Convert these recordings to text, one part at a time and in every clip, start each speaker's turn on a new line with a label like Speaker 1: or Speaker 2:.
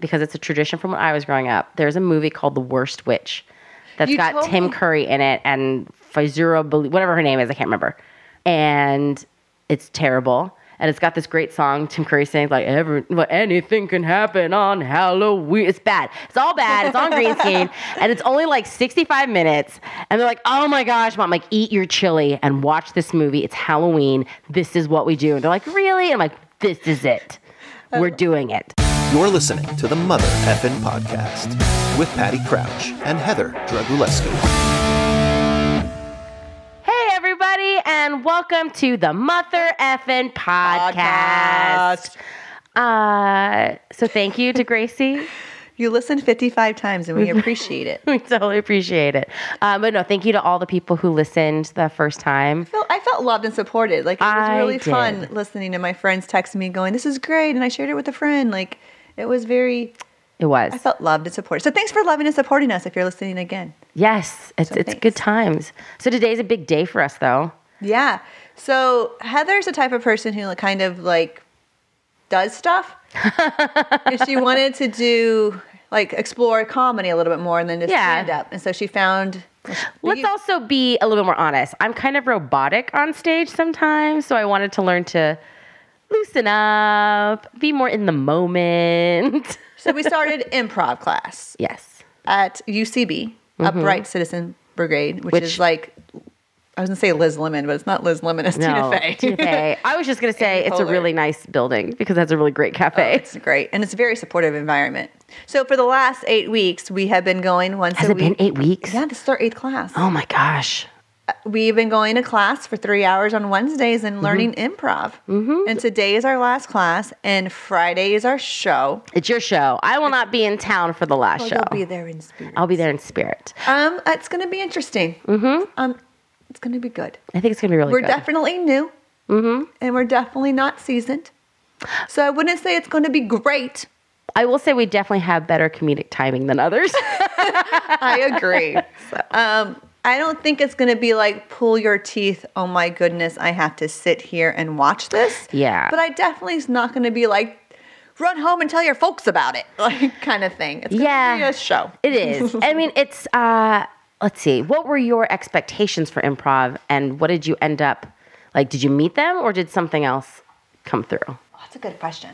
Speaker 1: because it's a tradition from when I was growing up. There's a movie called The Worst Witch that's
Speaker 2: You
Speaker 1: got
Speaker 2: told
Speaker 1: Tim
Speaker 2: me-
Speaker 1: Curry in it and Fizura, Bel- whatever her name is, I can't remember. And it's terrible. And it's got this great song Tim Curry sings like every well, anything can happen on Halloween. It's bad. It's all bad. It's on green screen, and it's only like 65 minutes. And they're like, "Oh my gosh, mom! Like eat your chili and watch this movie. It's Halloween. This is what we do." And they're like, "Really?" And I'm like, "This is it. We're doing it."
Speaker 3: You're listening to the Mother Effin Podcast with Patty Crouch and Heather Dragulescu.
Speaker 1: Hey, everybody, and welcome to the Mother Effin podcast. Uh, so, thank you to Gracie.
Speaker 2: You listened 55 times and we appreciate it.
Speaker 1: we totally appreciate it. Um, but no, thank you to all the people who listened the first time.
Speaker 2: felt- I felt loved and supported. Like it was
Speaker 1: I
Speaker 2: really
Speaker 1: did.
Speaker 2: fun listening to my friends text me going, "This is great," and I shared it with a friend. Like it was very.
Speaker 1: It was
Speaker 2: I felt loved and supported. So thanks for loving and supporting us. If you're listening again,
Speaker 1: yes, it's
Speaker 2: So
Speaker 1: it's
Speaker 2: thanks.
Speaker 1: good times. So today's a big day for us, though.
Speaker 2: yeah. So Heather's the type of person who like, kind of like does stuff. and she wanted to do like explore comedy a little bit more, and then just
Speaker 1: Yeah.
Speaker 2: stand up. And so she found.
Speaker 1: Let's
Speaker 2: you-
Speaker 1: also be a little bit more honest. I'm kind of robotic on stage sometimes, so I wanted to learn to loosen up, be more in the moment.
Speaker 2: So we started improv class.
Speaker 1: yes.
Speaker 2: at UCB, Upright Citizen Brigade, which,
Speaker 1: Mm-hmm. Which-
Speaker 2: is like I was gonna say Liz Lemon, but it's not Liz Lemon. It's
Speaker 1: No,
Speaker 2: Tina Fey.
Speaker 1: Fey. I was just gonna say
Speaker 2: Amy
Speaker 1: it's a
Speaker 2: Poehler.
Speaker 1: really nice building because that's a really great cafe.
Speaker 2: Oh, it's great, and it's a very supportive environment. So for the last eight weeks, we have been going once
Speaker 1: Has
Speaker 2: a
Speaker 1: it
Speaker 2: week.
Speaker 1: been eight weeks?
Speaker 2: Yeah, this is our eighth class.
Speaker 1: Oh my gosh.
Speaker 2: We've been going to class for three hours on Wednesdays and learning improv. Mm-hmm. And today is our last class, and Friday is our show.
Speaker 1: It's your show. I will not be in town for the last show.
Speaker 2: Oh,
Speaker 1: Oh.
Speaker 2: You'll be there in spirit.
Speaker 1: I'll be there in spirit.
Speaker 2: Um, it's going to be interesting. Mm-hmm. Um, it's going to be good.
Speaker 1: I think it's gonna be really
Speaker 2: we're
Speaker 1: good.
Speaker 2: definitely new
Speaker 1: Mm-hmm.
Speaker 2: and we're definitely not seasoned so i wouldn't say it's going to be great
Speaker 1: I will say we definitely have better comedic timing than others.
Speaker 2: i agree um, i don't think it's going to be like pull your teeth oh my goodness i have to sit here and watch this
Speaker 1: Yeah.
Speaker 2: but i definitely is not going to be like run home and tell your folks about it like kind of thing it's going to
Speaker 1: Yeah.
Speaker 2: be a show
Speaker 1: it is. I mean, it's uh let's see. What were your expectations for improv and what did you end up like did you meet them or did something else come through?
Speaker 2: Oh, that's a good question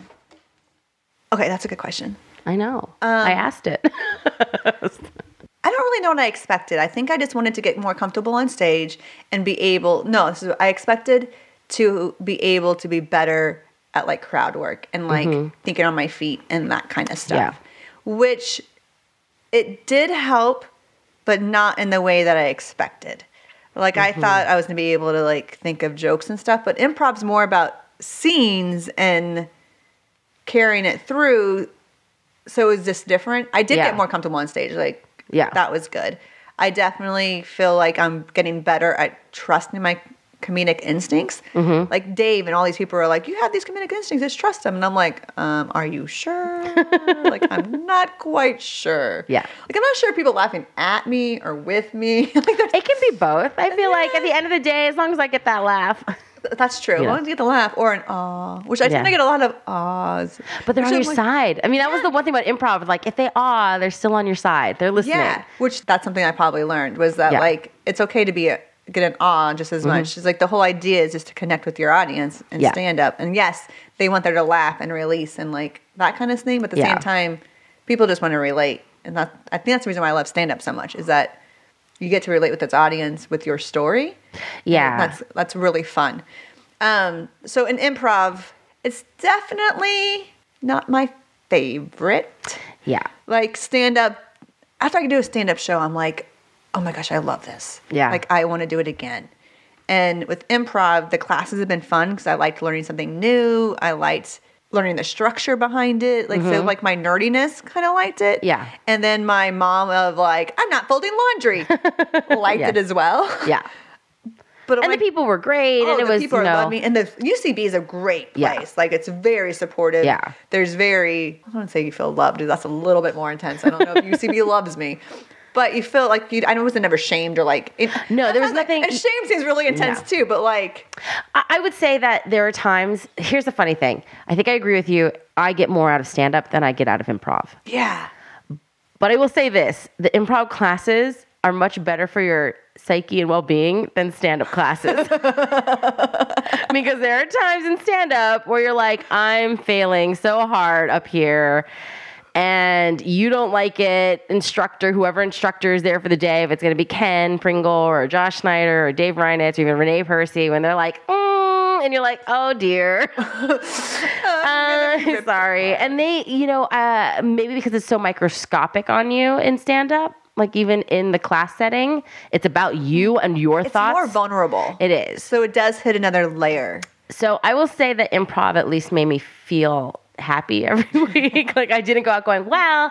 Speaker 2: okay that's a good question
Speaker 1: I know. I
Speaker 2: Um,
Speaker 1: asked it.
Speaker 2: I don't really know what I expected. I think I just wanted to get more comfortable on stage and be able. No, this is, I expected to be able to be better at like crowd work and like thinking on my feet and that kind of stuff. Which it did help, but not in the way that I expected. Like I thought I was going to be able to like think of jokes and stuff, but improv's more about scenes and carrying it through. So it was just different. I did
Speaker 1: Yeah.
Speaker 2: get more comfortable on stage. Like
Speaker 1: Yeah.
Speaker 2: that was good. I definitely feel like I'm getting better at trusting my comedic instincts.
Speaker 1: Mm-hmm.
Speaker 2: Like Dave and all these people are like, you have these comedic instincts, just trust them. And I'm like, um, are you sure? like, I'm not quite sure.
Speaker 1: Yeah.
Speaker 2: Like, I'm not sure if people laughing at me or with me. like, there's-
Speaker 1: It can be both. I feel like at the end of the day, as long as I get that laugh.
Speaker 2: that's true.
Speaker 1: Yeah.
Speaker 2: I wanted to get the laugh or an aw, which I
Speaker 1: Yeah.
Speaker 2: tend to get a lot of ahs.
Speaker 1: But they're
Speaker 2: Which
Speaker 1: on
Speaker 2: I'm
Speaker 1: your
Speaker 2: like-
Speaker 1: side. I mean, that was the one thing about improv. Like, if they are, they're still on your side. They're listening.
Speaker 2: Yeah, which that's something I probably learned was that
Speaker 1: Yeah. Mm-hmm.
Speaker 2: like it's okay to be a, get an awe just as much. It's like the whole idea is just to connect with your audience and
Speaker 1: Yeah.
Speaker 2: stand up. And yes, they want there to laugh and release and like that kind of thing. But at the
Speaker 1: Yeah.
Speaker 2: same time, people just want to relate, and that I think that's the reason why I love stand up so much is that you get to relate with its audience with your story.
Speaker 1: Yeah.
Speaker 2: That's that's really fun. Um, so in improv, it's definitely not my favorite
Speaker 1: Yeah.
Speaker 2: like stand up after I do a stand up show, I'm like, oh my gosh, I love this.
Speaker 1: Yeah.
Speaker 2: Like I want to do it again. And with improv, the classes have been fun because I liked learning something new. I liked learning the structure behind it. Like so like my nerdiness kind of liked it.
Speaker 1: Mm-hmm. Yeah.
Speaker 2: And then my mom of like, I'm not folding laundry liked
Speaker 1: Yes.
Speaker 2: it as well.
Speaker 1: Yeah.
Speaker 2: But I'm
Speaker 1: And the
Speaker 2: like,
Speaker 1: people were great.
Speaker 2: Oh,
Speaker 1: and it
Speaker 2: the
Speaker 1: was,
Speaker 2: people
Speaker 1: you
Speaker 2: are
Speaker 1: know,
Speaker 2: loving, and the UCB is a great
Speaker 1: Yeah.
Speaker 2: place. Like it's very supportive.
Speaker 1: Yeah.
Speaker 2: there's very. I don't wanna say you feel loved. That's a little bit more intense. I don't know if UCB loves me, but you feel like you. I wasn't never shamed or like. It,
Speaker 1: No, there was
Speaker 2: sometimes, like,
Speaker 1: nothing-
Speaker 2: And shame seems really intense too, but like
Speaker 1: I, I would say that there are times. Here's the funny thing. I think I agree with you. I get more out of stand up than I get out of improv.
Speaker 2: yeah,
Speaker 1: But I will say this the improv classes are much better for your psyche and well being than stand up classes. because there are times in stand up where you're like, I'm failing so hard up here. And you don't like it, instructor, whoever instructor is there for the day, if it's gonna be Ken Pringle or Josh Schneider or Dave Reinitz or even Renee Percy, when they're like, mm, and you're like, oh dear. Uh, sorry. And they, you know, uh, maybe because it's so microscopic on you in stand up, like even in the class setting, it's about you and your
Speaker 2: it's
Speaker 1: thoughts.
Speaker 2: more vulnerable.
Speaker 1: It is.
Speaker 2: so it does hit another layer.
Speaker 1: So I will say that improv at least made me feel happy every week. like I didn't go out going, well,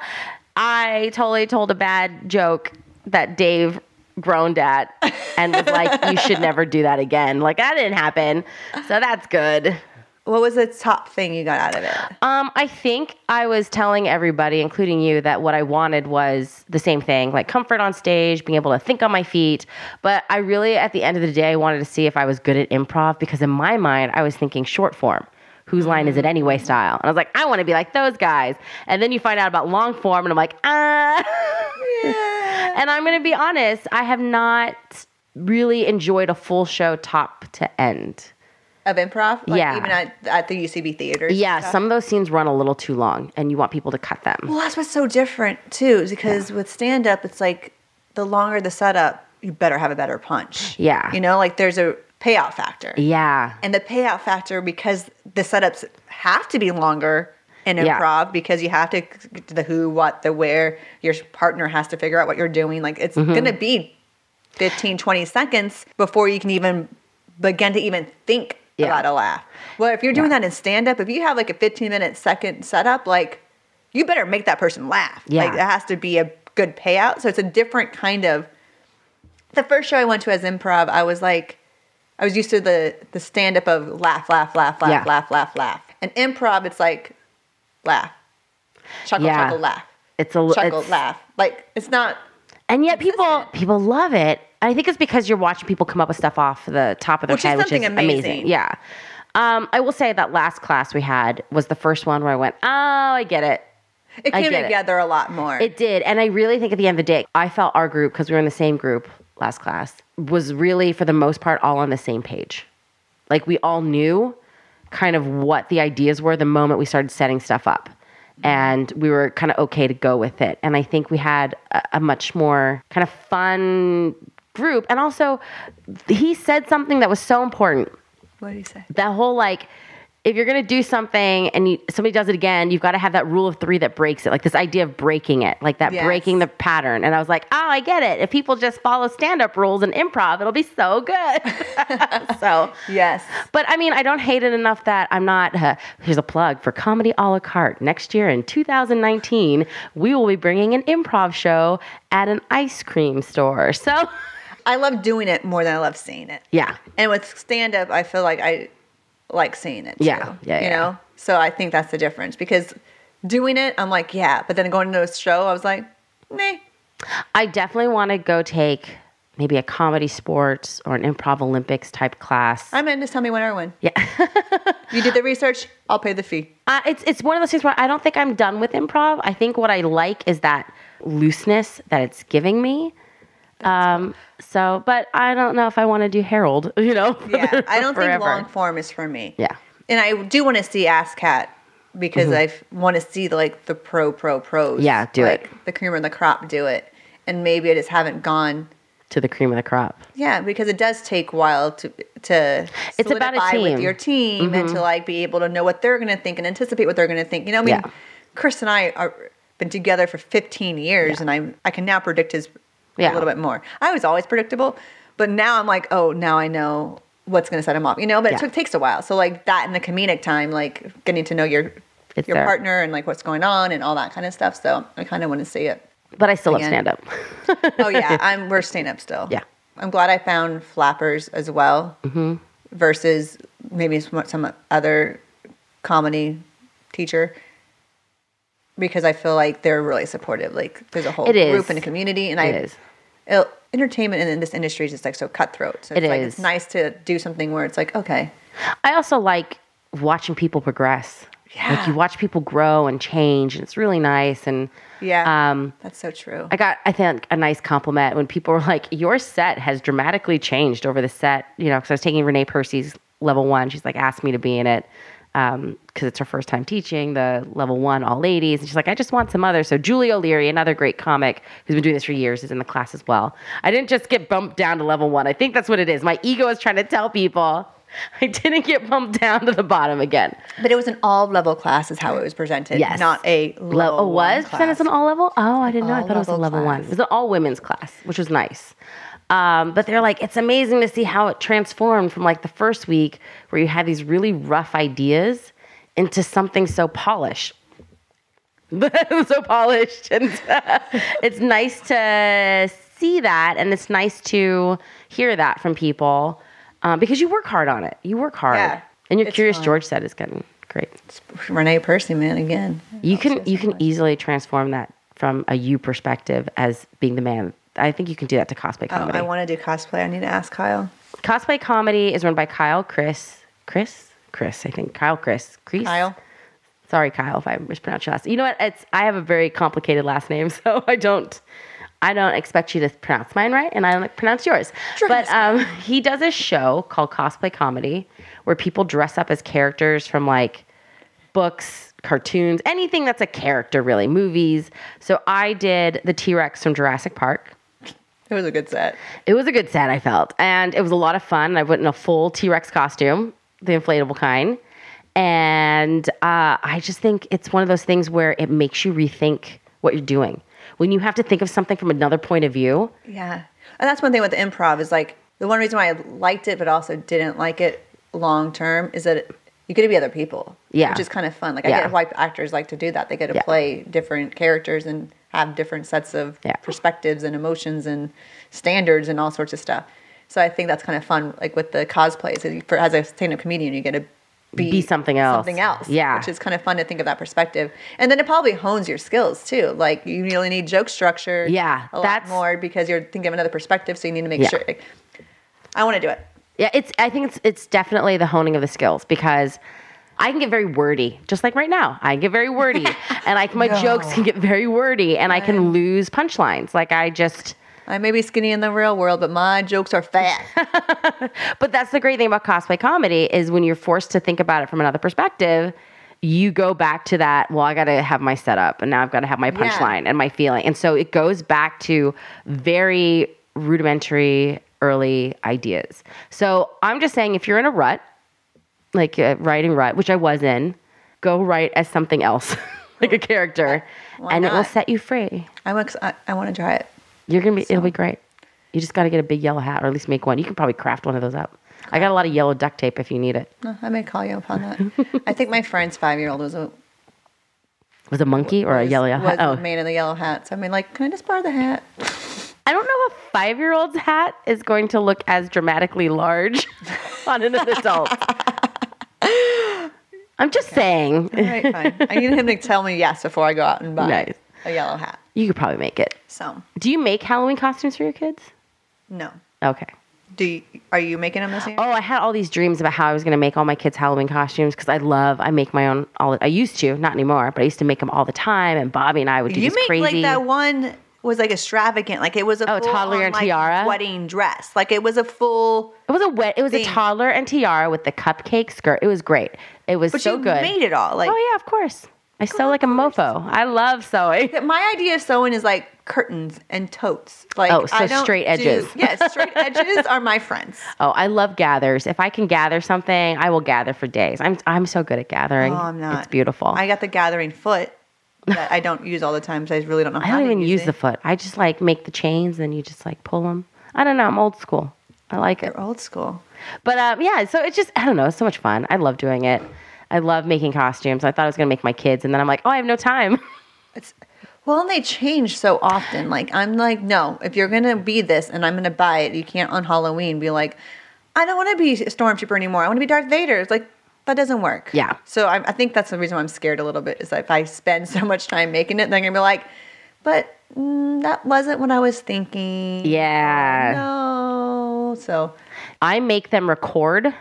Speaker 1: I totally told a bad joke that Dave groaned at and was like, you should never do that again. Like that didn't happen. So that's good.
Speaker 2: What was the top thing you got out of it?
Speaker 1: Um, I think I was telling everybody, including you, that what I wanted was the same thing, like comfort on stage, being able to think on my feet. But I really, at the end of the day, wanted to see if I was good at improv because in my mind, I was thinking short form. Whose line is it anyway? Style, and I was like, I want to be like those guys. And then you find out about long form, and I'm like, ah. And I'm going to be honest, I have not really enjoyed a full show top to end.
Speaker 2: of improv, like
Speaker 1: Yeah.
Speaker 2: even at, at the UCB theater. and
Speaker 1: Yeah,
Speaker 2: stuff?
Speaker 1: some of those scenes run a little too long, and you want people to cut them.
Speaker 2: Well, that's what's so different too, is because with stand up, it's like the longer the setup, you better have a better punch.
Speaker 1: Yeah.
Speaker 2: You know, like there's a payout factor.
Speaker 1: Yeah.
Speaker 2: And the payout factor, because the setups have to be longer in
Speaker 1: Yeah.
Speaker 2: improv, because you have to get to the who, what, the where, your partner has to figure out what you're doing. Like it's
Speaker 1: Mm-hmm.
Speaker 2: going to be 15, 20 seconds before you can even begin to even think
Speaker 1: Yeah.
Speaker 2: about a laugh. Well, if you're doing that in stand up, if you have like a 15 minute second setup, like you better make that person laugh.
Speaker 1: Yeah.
Speaker 2: Like it has to be a good payout. So it's a different kind of. The first show I went to as improv, I was like, I was used to the the stand up of laugh, laugh, laugh, laugh,
Speaker 1: Yeah.
Speaker 2: laugh, laugh, laugh. And improv, it's like laugh, chuckle,
Speaker 1: Yeah.
Speaker 2: chuckle, laugh,
Speaker 1: It's a l-
Speaker 2: chuckle,
Speaker 1: it's-
Speaker 2: laugh. Like it's not.
Speaker 1: and yet people people love it. I think it's because you're watching people come up with stuff off the top of their
Speaker 2: Which is
Speaker 1: head, which
Speaker 2: something
Speaker 1: is amazing.
Speaker 2: amazing.
Speaker 1: Yeah. Um, I will say that last class we had was the first one where I went, oh, I get it.
Speaker 2: It
Speaker 1: I
Speaker 2: came
Speaker 1: get it.
Speaker 2: together a lot more.
Speaker 1: It did. And I really think at the end of the day, I felt our group, because we were in the same group last class, was really, for the most part, all on the same page. Like we all knew kind of what the ideas were the moment we started setting stuff up. And we were kind of okay to go with it. And I think we had a, a much more kind of fun group. And also, he said something that was so important
Speaker 2: what do you say?
Speaker 1: that whole like if you're gonna do something and you, somebody does it again, you've got to have that rule of three that breaks it, like this idea of breaking it, like that
Speaker 2: Yes.
Speaker 1: breaking the pattern. And I was like, oh, I get it. If people just follow stand-up rules and improv, it'll be so good. so,
Speaker 2: Yes.
Speaker 1: but I mean, I don't hate it enough that I'm not. Uh, here's a plug for comedy a la carte. Next year in 2019, we will be bringing an improv show at an ice cream store. So,
Speaker 2: I love doing it more than I love seeing it.
Speaker 1: yeah,
Speaker 2: And with stand up, I feel like I like seeing it. Too,
Speaker 1: Yeah, yeah,
Speaker 2: You
Speaker 1: yeah.
Speaker 2: know? So I think that's the difference because doing it, I'm like, yeah. But then going to a show, I was like, nah.
Speaker 1: I definitely want to go take maybe a comedy sports or an improv Olympics type class.
Speaker 2: I'm in. Just tell me when I win.
Speaker 1: yeah,
Speaker 2: You did the research. I'll pay the fee.
Speaker 1: uh, it's it's one of those things where I don't think I'm done with improv. I think what I like is that looseness that it's giving me. Um, so, but I don't know if I want to do Harold. You know,
Speaker 2: Yeah. I don't think
Speaker 1: forever.
Speaker 2: long form is for me.
Speaker 1: Yeah. Mm-hmm.
Speaker 2: And I do want to see Ass Cat because I want to see like the pro pro pros.
Speaker 1: Yeah, do
Speaker 2: like,
Speaker 1: it.
Speaker 2: The cream and the crop do it. And maybe I just haven't gone.
Speaker 1: To the cream of the crop.
Speaker 2: Yeah, because it does take a while to to
Speaker 1: It's about a
Speaker 2: solidify
Speaker 1: team. Mm-hmm.
Speaker 2: with your team and to like be able to know what they're going to think and anticipate what they're going to think. You know, I mean,
Speaker 1: Yeah.
Speaker 2: Chris and I are been together for 15 years, and I I can now predict his
Speaker 1: Yeah.
Speaker 2: a little bit more. I was always predictable, but now I'm like, oh, now I know what's going to set him off. You know, but
Speaker 1: Yeah.
Speaker 2: it took, takes a while. So like that and the comedic time, like getting to know your
Speaker 1: It's
Speaker 2: your
Speaker 1: there.
Speaker 2: partner and like what's going on and all that kind of stuff. So I kind of want to see it
Speaker 1: But I still love
Speaker 2: Again.
Speaker 1: stand up.
Speaker 2: oh yeah, I'm we're staying up still.
Speaker 1: Yeah. Mm-hmm.
Speaker 2: I'm glad I found flappers as well versus maybe some, some other comedy teacher because I feel like they're really supportive. Like there's a whole
Speaker 1: It is.
Speaker 2: group and a community, and I
Speaker 1: It is.
Speaker 2: it- entertainment in this industry is just like so cutthroat. So it's
Speaker 1: It
Speaker 2: like
Speaker 1: is.
Speaker 2: it's nice to do something where it's like okay,
Speaker 1: I also like watching people progress. Like
Speaker 2: Yeah.
Speaker 1: you watch people grow and change, and it's really nice. And
Speaker 2: yeah,
Speaker 1: Um,
Speaker 2: that's so true.
Speaker 1: I got, I think, a nice compliment when people were like, "Your set has dramatically changed over the set." You know, because I was taking Renee Percy's level one. She's like asked me to be in it because it's her first time teaching the level one all ladies, and she's like, "I just want some others." So Julie O'Leary, another great comic who's been doing this for years, is in the class as well. I didn't just get bumped down to level one. I think that's what it is. My ego is trying to tell people I didn't get bumped down to the bottom again.
Speaker 2: but it was an all level class, is how it was presented.
Speaker 1: Yes.
Speaker 2: not a level.
Speaker 1: Level oh,
Speaker 2: one
Speaker 1: was
Speaker 2: class.
Speaker 1: presented as an all level. Oh, I didn't know. I
Speaker 2: All
Speaker 1: thought it was a
Speaker 2: level
Speaker 1: level one.
Speaker 2: class.
Speaker 1: It was an all women's class, which was nice. Um, but they're like, it's amazing to see how it transformed from like the first week where you had these really rough ideas into something so polished. so polished, and uh, it's nice to see that, and it's nice to hear that from people um, because you work hard on it. You work hard,
Speaker 2: Yeah.
Speaker 1: and your
Speaker 2: It's
Speaker 1: Curious
Speaker 2: fun.
Speaker 1: George set is getting great.
Speaker 2: Renee Percy, man, again.
Speaker 1: You can you can easily transform that from a you perspective as being the man. I think you can do that to cosplay
Speaker 2: Oh,
Speaker 1: comedy.
Speaker 2: I want to do cosplay. I need to ask Kyle.
Speaker 1: cosplay comedy is run by Kyle Chris Chris Chris I think Kyle Chris Chris
Speaker 2: Kyle.
Speaker 1: Sorry Kyle if I mispronounced your last. You know what? It's I have a very complicated last name, so I don't I don't expect you to pronounce mine right, and I don't pronounce yours. But um, he does a show called Cosplay Comedy where people dress up as characters from like books, cartoons, anything that's a character, really, movies. So I did the T Rex from Jurassic Park.
Speaker 2: It was a good set.
Speaker 1: It was a good set, I felt. And it was a lot of fun. I went in a full T Rex costume, the inflatable kind. And uh, I just think it's one of those things where it makes you rethink what you're doing. When you have to think of something from another point of view,
Speaker 2: Yeah. And that's one thing with the improv is like the one reason why I liked it but also didn't like it long term is that it, you get to be other people.
Speaker 1: Yeah.
Speaker 2: Which is kind of fun. Like
Speaker 1: Yeah.
Speaker 2: I get why actors like to do that. They get to
Speaker 1: Yeah.
Speaker 2: play different characters and have different sets of
Speaker 1: Yeah.
Speaker 2: perspectives and emotions and standards and all sorts of stuff. So I think that's kind of fun like with the cosplays is you- for as a stand-up comedian you get to be,
Speaker 1: Be something else.
Speaker 2: Something else.
Speaker 1: Yeah.
Speaker 2: Which is kind of fun to think of that perspective. And then it probably hones your skills too. Like you really need joke structure
Speaker 1: Yeah,
Speaker 2: a
Speaker 1: that's-
Speaker 2: lot more because you're thinking of another perspective. So you need to make
Speaker 1: Yeah.
Speaker 2: sure. I want to do it.
Speaker 1: Yeah, it's. I think it's. It's definitely the honing of the skills because I can get very wordy, just like right now. I get very wordy, and like my jokes can get very wordy, and I can lose punchlines. Like I just.
Speaker 2: I may be skinny in the real world, but my jokes are fat.
Speaker 1: But that's the great thing about cosplay comedy is when you're forced to think about it from another perspective. You go back to that. Well, I got to have my setup, and now I've got to have my punchline and my feeling, and so it goes back to very rudimentary early ideas. So I'm just saying, if you're in a rut, like uh, writing rut, which I was in, go write as something else, like a character, and it will
Speaker 2: not?
Speaker 1: set you free.
Speaker 2: I'm ex- I, I want to try it.
Speaker 1: You're gonna be. It'll be great. You just got to get a big yellow hat, or at least make one. You can probably craft one of those up. I got a lot of yellow duct tape if you need it.
Speaker 2: No, Uh, I may call you upon that. I think my friend's five year old was a
Speaker 1: Was it a monkey or a
Speaker 2: was,
Speaker 1: yellow
Speaker 2: was
Speaker 1: hat? Oh,
Speaker 2: man in the yellow hat. So I mean, like, can I just borrow the hat?
Speaker 1: I don't know if a five-year-old's hat is going to look as dramatically large on an adult. I'm just saying,
Speaker 2: All right, fine. I need him to tell me yes before I go out and buy
Speaker 1: Nice.
Speaker 2: a yellow hat.
Speaker 1: you could probably make it.
Speaker 2: So
Speaker 1: Do you make Halloween costumes for your kids?
Speaker 2: no.
Speaker 1: Okay.
Speaker 2: Do you, are you making them this year?
Speaker 1: Oh, I had all these dreams about how I was going to make all my kids Halloween costumes because I love. I make my own. All I used to, not anymore, but I used to make them all the time. And Bobby and I would do
Speaker 2: you
Speaker 1: these
Speaker 2: make
Speaker 1: crazy.
Speaker 2: like that one was like extravagant, like it was a
Speaker 1: Oh,
Speaker 2: full
Speaker 1: toddler and tiara?
Speaker 2: wedding dress, like it was a full.
Speaker 1: It was a wet. It was a
Speaker 2: thing.
Speaker 1: toddler and tiara with the cupcake skirt. It was great. It was
Speaker 2: But
Speaker 1: so
Speaker 2: you
Speaker 1: good.
Speaker 2: made it all. Like
Speaker 1: oh yeah, of course. I sew like a mofo. I love sewing.
Speaker 2: that- my idea of sewing is like curtains and totes. Like
Speaker 1: Oh, so
Speaker 2: I don't
Speaker 1: straight
Speaker 2: do-
Speaker 1: edges.
Speaker 2: yeah, straight edges are my friends.
Speaker 1: Oh, I love gathers. If I can gather something, I will gather for days. I'm I'm so good at gathering.
Speaker 2: Oh, I'm not.
Speaker 1: It's beautiful.
Speaker 2: I got the gathering foot that I don't use all the time, so I really don't know.
Speaker 1: I
Speaker 2: how
Speaker 1: don't
Speaker 2: to
Speaker 1: even use
Speaker 2: it.
Speaker 1: the foot. I just like make the chains and you just like pull them. I don't know. I'm old school. I like it.
Speaker 2: They're old school.
Speaker 1: But um, yeah, so it's just I don't know. It's so much fun. I love doing it. I love making costumes. I thought I was gonna make my kids, and then I'm like, oh, I have no time.
Speaker 2: It's well, and they change so often. Like I'm like, no, if you're gonna be this and I'm gonna buy it, you can't on Halloween be like, I don't want to be a stormtrooper anymore. I want to be Darth Vader. It's like, that doesn't work.
Speaker 1: Yeah.
Speaker 2: So I, I think that's the reason why I'm scared a little bit is that if I spend so much time making it, then I'm gonna be like, but mm, that wasn't what I was thinking.
Speaker 1: Yeah.
Speaker 2: Oh, No. So
Speaker 1: I make them record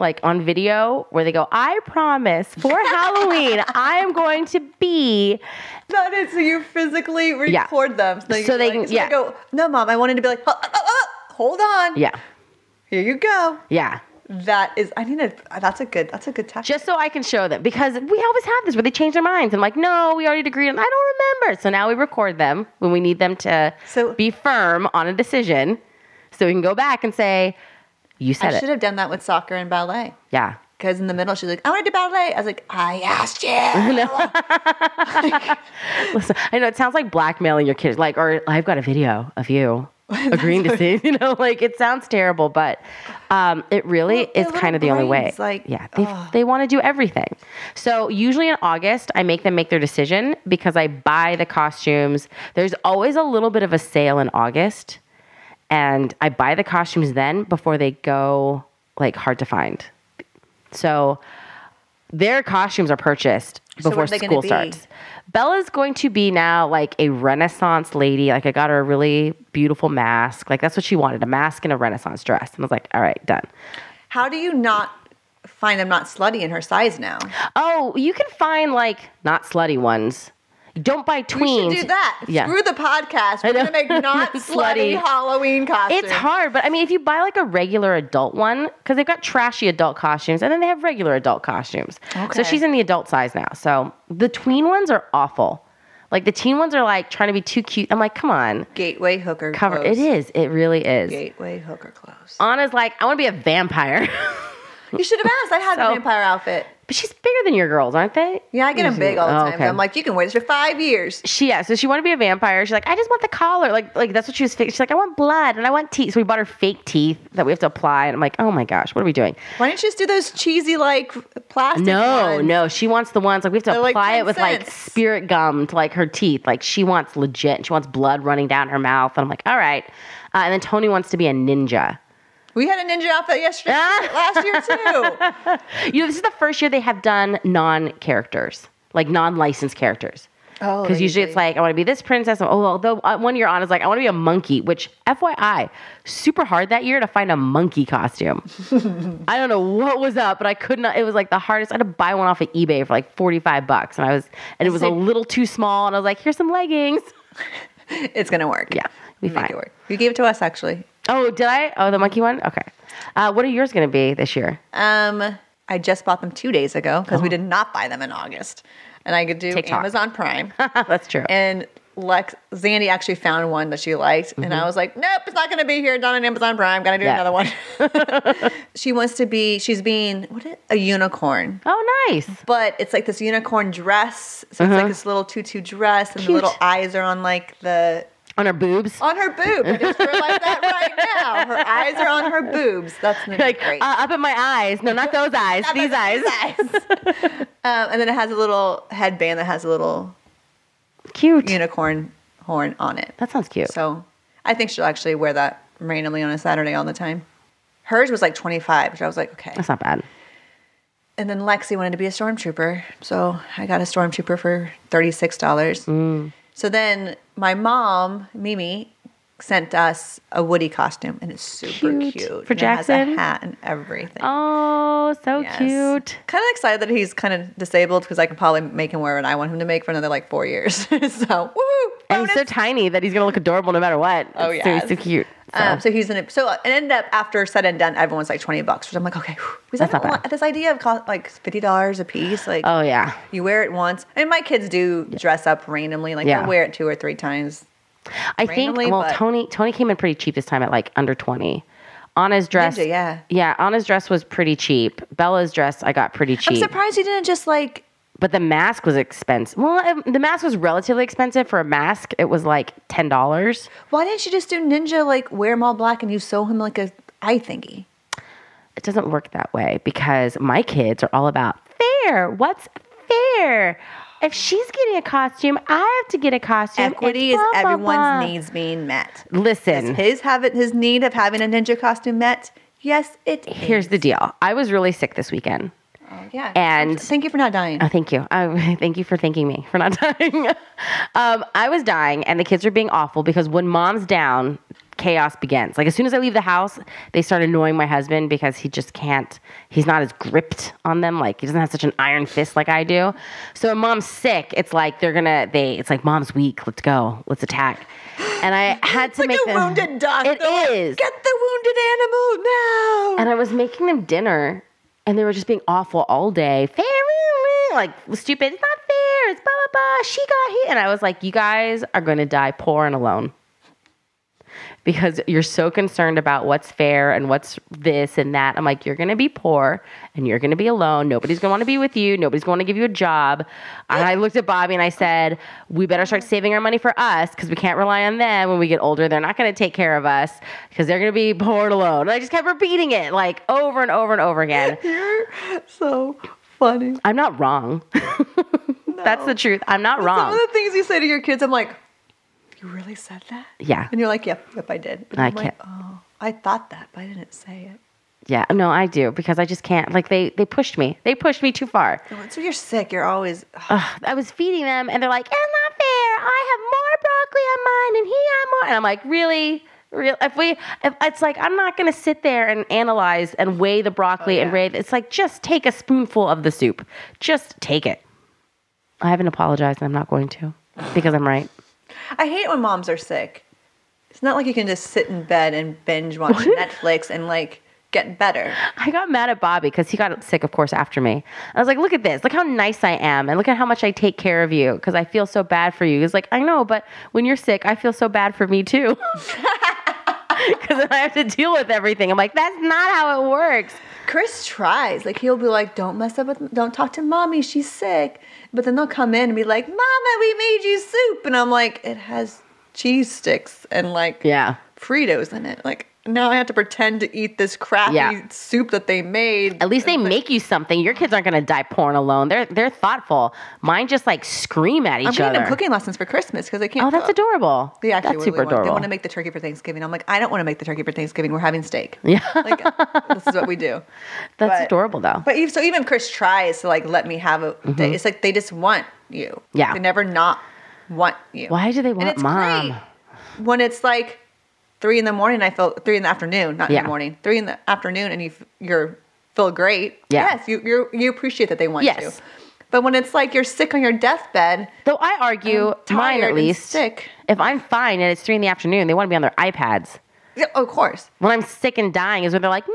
Speaker 1: like on video where they go, I promise for Halloween, I am going to be.
Speaker 2: that is so you physically record them. So, you
Speaker 1: So they
Speaker 2: like-
Speaker 1: can-
Speaker 2: so
Speaker 1: yeah.
Speaker 2: go. No, mom, I wanted to be like, "Uh, uh, uh, uh, hold on.
Speaker 1: Yeah.
Speaker 2: Here you go.
Speaker 1: Yeah.
Speaker 2: That is. I need to. That's a good. That's a good tactic.
Speaker 1: Just so I can show them because we always have this where they change their minds. I'm like, no, we already agreed on I don't remember. So now we record them when we need them to
Speaker 2: So-
Speaker 1: be firm on a decision so we can go back and say, you said
Speaker 2: I
Speaker 1: it.
Speaker 2: should have done that with soccer and ballet.
Speaker 1: Yeah.
Speaker 2: Because in the middle, she's like, I want to do ballet. I was like, I asked you.
Speaker 1: Listen, I know it sounds like blackmailing your kids, like, or I've got a video of you agreeing to see, you know, like it sounds terrible, but um, it really
Speaker 2: Well, their
Speaker 1: is kind of the
Speaker 2: little
Speaker 1: only way.
Speaker 2: brains, like,
Speaker 1: yeah, they, they want to do everything. So usually in August, I make them make their decision because I buy the costumes. There's always a little bit of a sale in August, and I buy the costumes then before they go like hard to find. So their costumes are purchased
Speaker 2: So what
Speaker 1: before
Speaker 2: are they gonna
Speaker 1: school
Speaker 2: be?
Speaker 1: starts. Bella's going to be now like a renaissance lady. Like I got her a really beautiful mask. Like that's what she wanted, a mask and a renaissance dress. And I was like, "All right, done."
Speaker 2: How do you not find I'm not slutty in her size now?
Speaker 1: Oh, you can find like not slutty ones. Don't buy tweens.
Speaker 2: We should do that.
Speaker 1: Yeah.
Speaker 2: Screw the podcast. We're
Speaker 1: know.
Speaker 2: going to make not
Speaker 1: Slutty.
Speaker 2: slutty Halloween costumes.
Speaker 1: It's hard, but I mean, if you buy like a regular adult one, because they've got trashy adult costumes, and then they have regular adult costumes. So
Speaker 2: Okay.
Speaker 1: she's in the adult size now. So the tween ones are awful. Like the teen ones are like trying to be too cute. I'm like, come on,
Speaker 2: Gateway hooker
Speaker 1: cover.
Speaker 2: clothes.
Speaker 1: It is. It really is.
Speaker 2: Gateway hooker clothes.
Speaker 1: Anna's like, I want to be a vampire,
Speaker 2: You should have asked. I had
Speaker 1: So-
Speaker 2: a vampire outfit.
Speaker 1: but she's bigger than your girls, aren't they?
Speaker 2: Yeah, I get them big all the
Speaker 1: Oh,
Speaker 2: time.
Speaker 1: okay.
Speaker 2: I'm like, you can wear this for five years.
Speaker 1: She yeah, so she wanted to be a vampire. She's like, I just want the collar. Like like that's what she was. Fake. She's like, I want blood and I want teeth. So we bought her fake teeth that we have to apply. And I'm like, oh my gosh, what are we doing?
Speaker 2: Why don't you just do those cheesy, like, plastic
Speaker 1: No,
Speaker 2: ones?
Speaker 1: no, she wants the ones like we have to
Speaker 2: They're, like,
Speaker 1: apply
Speaker 2: 10
Speaker 1: it with like
Speaker 2: cents.
Speaker 1: spirit gum to like her teeth. Like she wants legit. She wants blood running down her mouth. And I'm like, all right. Uh, and then Tony wants to be a ninja.
Speaker 2: We had a ninja outfit yesterday, last year, too.
Speaker 1: You know, this is the first year they have done non characters, like non licensed characters.
Speaker 2: Oh,
Speaker 1: because
Speaker 2: they
Speaker 1: usually it's like I want to be this princess. Oh, although uh, one year on is like I want to be a monkey, which FYI, super hard that year to find a monkey costume. I don't know what was up, but I could not. It was like the hardest. I had to buy one off of eBay for like forty five bucks, and I was and it was a
Speaker 2: see.
Speaker 1: little too small, and I was like, here's some leggings.
Speaker 2: It's going to work.
Speaker 1: Yeah, we
Speaker 2: Make
Speaker 1: fine.
Speaker 2: it work. You gave it to us, actually.
Speaker 1: Oh, did I? Oh, the monkey one. Okay. Uh, what are yours going to be this year?
Speaker 2: Um, I just bought them two days ago because
Speaker 1: Oh.
Speaker 2: we did not buy them in August, and I could do
Speaker 1: TikTok.
Speaker 2: Amazon Prime.
Speaker 1: That's true.
Speaker 2: and Lex Zandy actually found one that she liked, and I was like, "Nope, it's not going to be here. Not on Amazon Prime. Gotta do
Speaker 1: Mm-hmm. Yeah.
Speaker 2: another one." she wants to be. She's being what? Is, a unicorn.
Speaker 1: oh, nice.
Speaker 2: But it's like this unicorn dress, so it's like this little tutu dress, and the
Speaker 1: Uh-huh. Cute.
Speaker 2: little eyes are on like the
Speaker 1: On her boobs.
Speaker 2: on her boob. I just realized that right now. Her eyes are on her boobs. That's gonna be
Speaker 1: like uh,
Speaker 2: great.
Speaker 1: up at my eyes. No, not those eyes.
Speaker 2: Not
Speaker 1: these eyes.
Speaker 2: those um, and then it has a little headband that has a little
Speaker 1: Cute.
Speaker 2: unicorn horn on it.
Speaker 1: That sounds cute.
Speaker 2: So I think she'll actually wear that randomly on a Saturday all the time. Hers was like 25, which I was like, okay.
Speaker 1: That's not bad.
Speaker 2: And then Lexi wanted to be a stormtrooper. So I got a stormtrooper for $36.
Speaker 1: Mm.
Speaker 2: So then my mom, Mimi, sent us a Woody costume and it's super
Speaker 1: Cute.
Speaker 2: cute.
Speaker 1: For
Speaker 2: and it has a
Speaker 1: Jackson?
Speaker 2: hat and everything.
Speaker 1: Oh, so cute.
Speaker 2: Kind of excited that he's kind of disabled because I can probably make him wear what I want him to make for another like four years. so, woo!
Speaker 1: And he's so tiny that he's gonna look adorable no matter what.
Speaker 2: Oh,
Speaker 1: It's so- he's
Speaker 2: yes.
Speaker 1: so cute. So,
Speaker 2: Um, so he's in a, so it ended up after said and done, everyone's like 20 bucks, which I'm like, okay, whew, because I
Speaker 1: That's not
Speaker 2: don't
Speaker 1: bad.
Speaker 2: want this idea of cost, like $50 a piece. Like,
Speaker 1: oh yeah.
Speaker 2: you wear it once. And my kids do dress up randomly, like,
Speaker 1: Yeah.
Speaker 2: they'll wear it two or three times.
Speaker 1: I think
Speaker 2: randomly,
Speaker 1: well
Speaker 2: but-
Speaker 1: Tony Tony came in pretty cheap this time at like under twenty. Anna's dress,
Speaker 2: you? Yeah.
Speaker 1: yeah. Anna's dress was pretty cheap. Bella's dress, I got pretty
Speaker 2: I'm
Speaker 1: cheap.
Speaker 2: surprised you didn't just like,
Speaker 1: but the mask was expensive. Well, um, the mask was relatively expensive for a mask. It was like ten dollars.
Speaker 2: why didn't you just do Ninja, like, wear him all black and you sew him like a eye thingy?
Speaker 1: it doesn't work that way because my kids are all about fair. What's fair? If she's getting a costume, I have to get a costume.
Speaker 2: Equity
Speaker 1: It's
Speaker 2: is
Speaker 1: blah, blah,
Speaker 2: everyone's
Speaker 1: blah. Mm.
Speaker 2: needs being met.
Speaker 1: Listen,
Speaker 2: His have it, his need of having a ninja costume met. Yes, it
Speaker 1: here's the deal. I was really sick this weekend.
Speaker 2: yeah.
Speaker 1: And-
Speaker 2: thank you for not dying.
Speaker 1: Oh, thank you. I, thank you for thanking me for not dying. um, I was dying, and the kids were being awful because when mom's down, chaos begins. Like as soon as I leave the house, they start annoying my husband because he just can't. He's not as gripped on them. Like he doesn't have such an iron fist like I do. So when mom's sick, it's like they're gonna. They. It's like mom's weak. Let's go. Let's attack. And I had to
Speaker 2: like
Speaker 1: make
Speaker 2: a
Speaker 1: them,
Speaker 2: wounded duck.
Speaker 1: It
Speaker 2: They're like,
Speaker 1: is.
Speaker 2: Get the wounded animal now.
Speaker 1: And I was making them dinner, and they were just being awful all day. Fair, woo, woo, like stupid. It's not fair. It's blah blah blah. She got hit, and I was like, "You guys are going to die poor and alone." Because you're so concerned about what's fair and what's this and that. I'm like, you're gonna be poor and you're gonna be alone. Nobody's gonna wanna be with you. Nobody's gonna wanna give you a job. And I looked at Bobby and I said, we better start saving our money for us because we can't rely on them when we get older. They're not gonna take care of us because they're gonna be poor and alone. And I just kept repeating it like over and over and over again.
Speaker 2: You're so funny.
Speaker 1: I'm not wrong. That's the truth. I'm not
Speaker 2: Some
Speaker 1: wrong.
Speaker 2: of the things you say to your kids, I'm like, you really said that?
Speaker 1: Yeah.
Speaker 2: And you're like, yep, yep, I did. And
Speaker 1: I
Speaker 2: I'm like,
Speaker 1: can't-
Speaker 2: oh, I thought that, but I didn't say it.
Speaker 1: Yeah. No, I do because I just can't. Like they they pushed me. They pushed me too far.
Speaker 2: And once you're sick, you're always,
Speaker 1: Ugh, I was feeding them, and they're like, "It's not fair. I have more broccoli on mine, and he had more." And I'm like, "Really?" Real, if we, if it's like I'm not gonna sit there and analyze and weigh the broccoli and weigh. It's like just take a spoonful of the soup, just take it. I haven't apologized, and I'm not going to because I'm right.
Speaker 2: I hate when moms are sick. It's not like you can just sit in bed and binge watch Netflix and like get better.
Speaker 1: I got mad at Bobby because he got sick, of course, after me. I was like, look at this. Look how nice I am. And look at how much I take care of you because I feel so bad for you. He's like, I know, but when you're sick, I feel so bad for me too. Because then I have to deal with everything. I'm like, that's not how it works.
Speaker 2: Chris tries. Like he'll be like, "Don't mess up with, don't talk to mommy. She's sick." But then they'll come in and be like, "Mama, we made you soup," and I'm like, "It has cheese sticks and like
Speaker 1: Yeah.
Speaker 2: Fritos in it." Like now I have to pretend to eat this crappy
Speaker 1: Yeah.
Speaker 2: soup that they made.
Speaker 1: At least they make you something. Your kids aren't going to die porn alone. They're they're thoughtful. Mine just like scream at each
Speaker 2: I'm getting
Speaker 1: other.
Speaker 2: them cooking lessons for Christmas because they can't.
Speaker 1: oh, that's
Speaker 2: cook.
Speaker 1: adorable.
Speaker 2: They actually
Speaker 1: that's
Speaker 2: really
Speaker 1: super
Speaker 2: want,
Speaker 1: adorable.
Speaker 2: They want to make the turkey for Thanksgiving. I'm like, I don't want to make the turkey for Thanksgiving. We're having steak.
Speaker 1: yeah,
Speaker 2: Like this is what we do.
Speaker 1: that's
Speaker 2: but-
Speaker 1: adorable though.
Speaker 2: But even, so, even if Chris tries to like let me have a day, it's like they just want you.
Speaker 1: Mm-hmm. Yeah.
Speaker 2: they never not want you.
Speaker 1: Why do they
Speaker 2: And
Speaker 1: want
Speaker 2: it's
Speaker 1: mom?
Speaker 2: great when it's like three in the morning. I feel three in the afternoon, not in
Speaker 1: Yeah.
Speaker 2: the morning. Three in the afternoon, and you f- you're feel great.
Speaker 1: Yeah.
Speaker 2: Yes, you you you appreciate that they want you.
Speaker 1: Yes.
Speaker 2: But when it's like you're sick on your deathbed,
Speaker 1: Though I argue,
Speaker 2: tired
Speaker 1: mine at
Speaker 2: and
Speaker 1: least.
Speaker 2: sick.
Speaker 1: If I'm fine and it's three in the afternoon, they want to be on their iPads.
Speaker 2: yeah, of course.
Speaker 1: When I'm sick and dying is when they're like, Meh,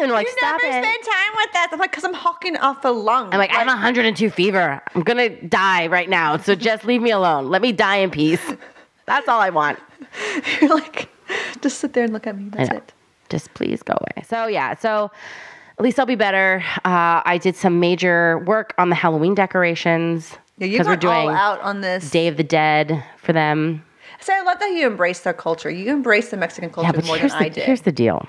Speaker 1: and we're like,
Speaker 2: you
Speaker 1: stop
Speaker 2: never
Speaker 1: it.
Speaker 2: spend time with us. I'm like, because I'm hawking off the lung.
Speaker 1: I'm like, I have 102 fever. I'm gonna die right now. So just leave me alone. Let me die in peace. That's all I want.
Speaker 2: you're like, just sit there and look at me. That's
Speaker 1: know.
Speaker 2: it.
Speaker 1: Just please go away. So yeah. So at least I'll be better. Uh, I did some major work on the Halloween decorations
Speaker 2: Yeah, you
Speaker 1: because we're
Speaker 2: went all
Speaker 1: doing
Speaker 2: out on this.
Speaker 1: Day of the Dead for them.
Speaker 2: So I love that you embrace their culture. You embrace the Mexican culture
Speaker 1: Yeah, but
Speaker 2: more than
Speaker 1: here's
Speaker 2: I
Speaker 1: the,
Speaker 2: did.
Speaker 1: Here's the deal.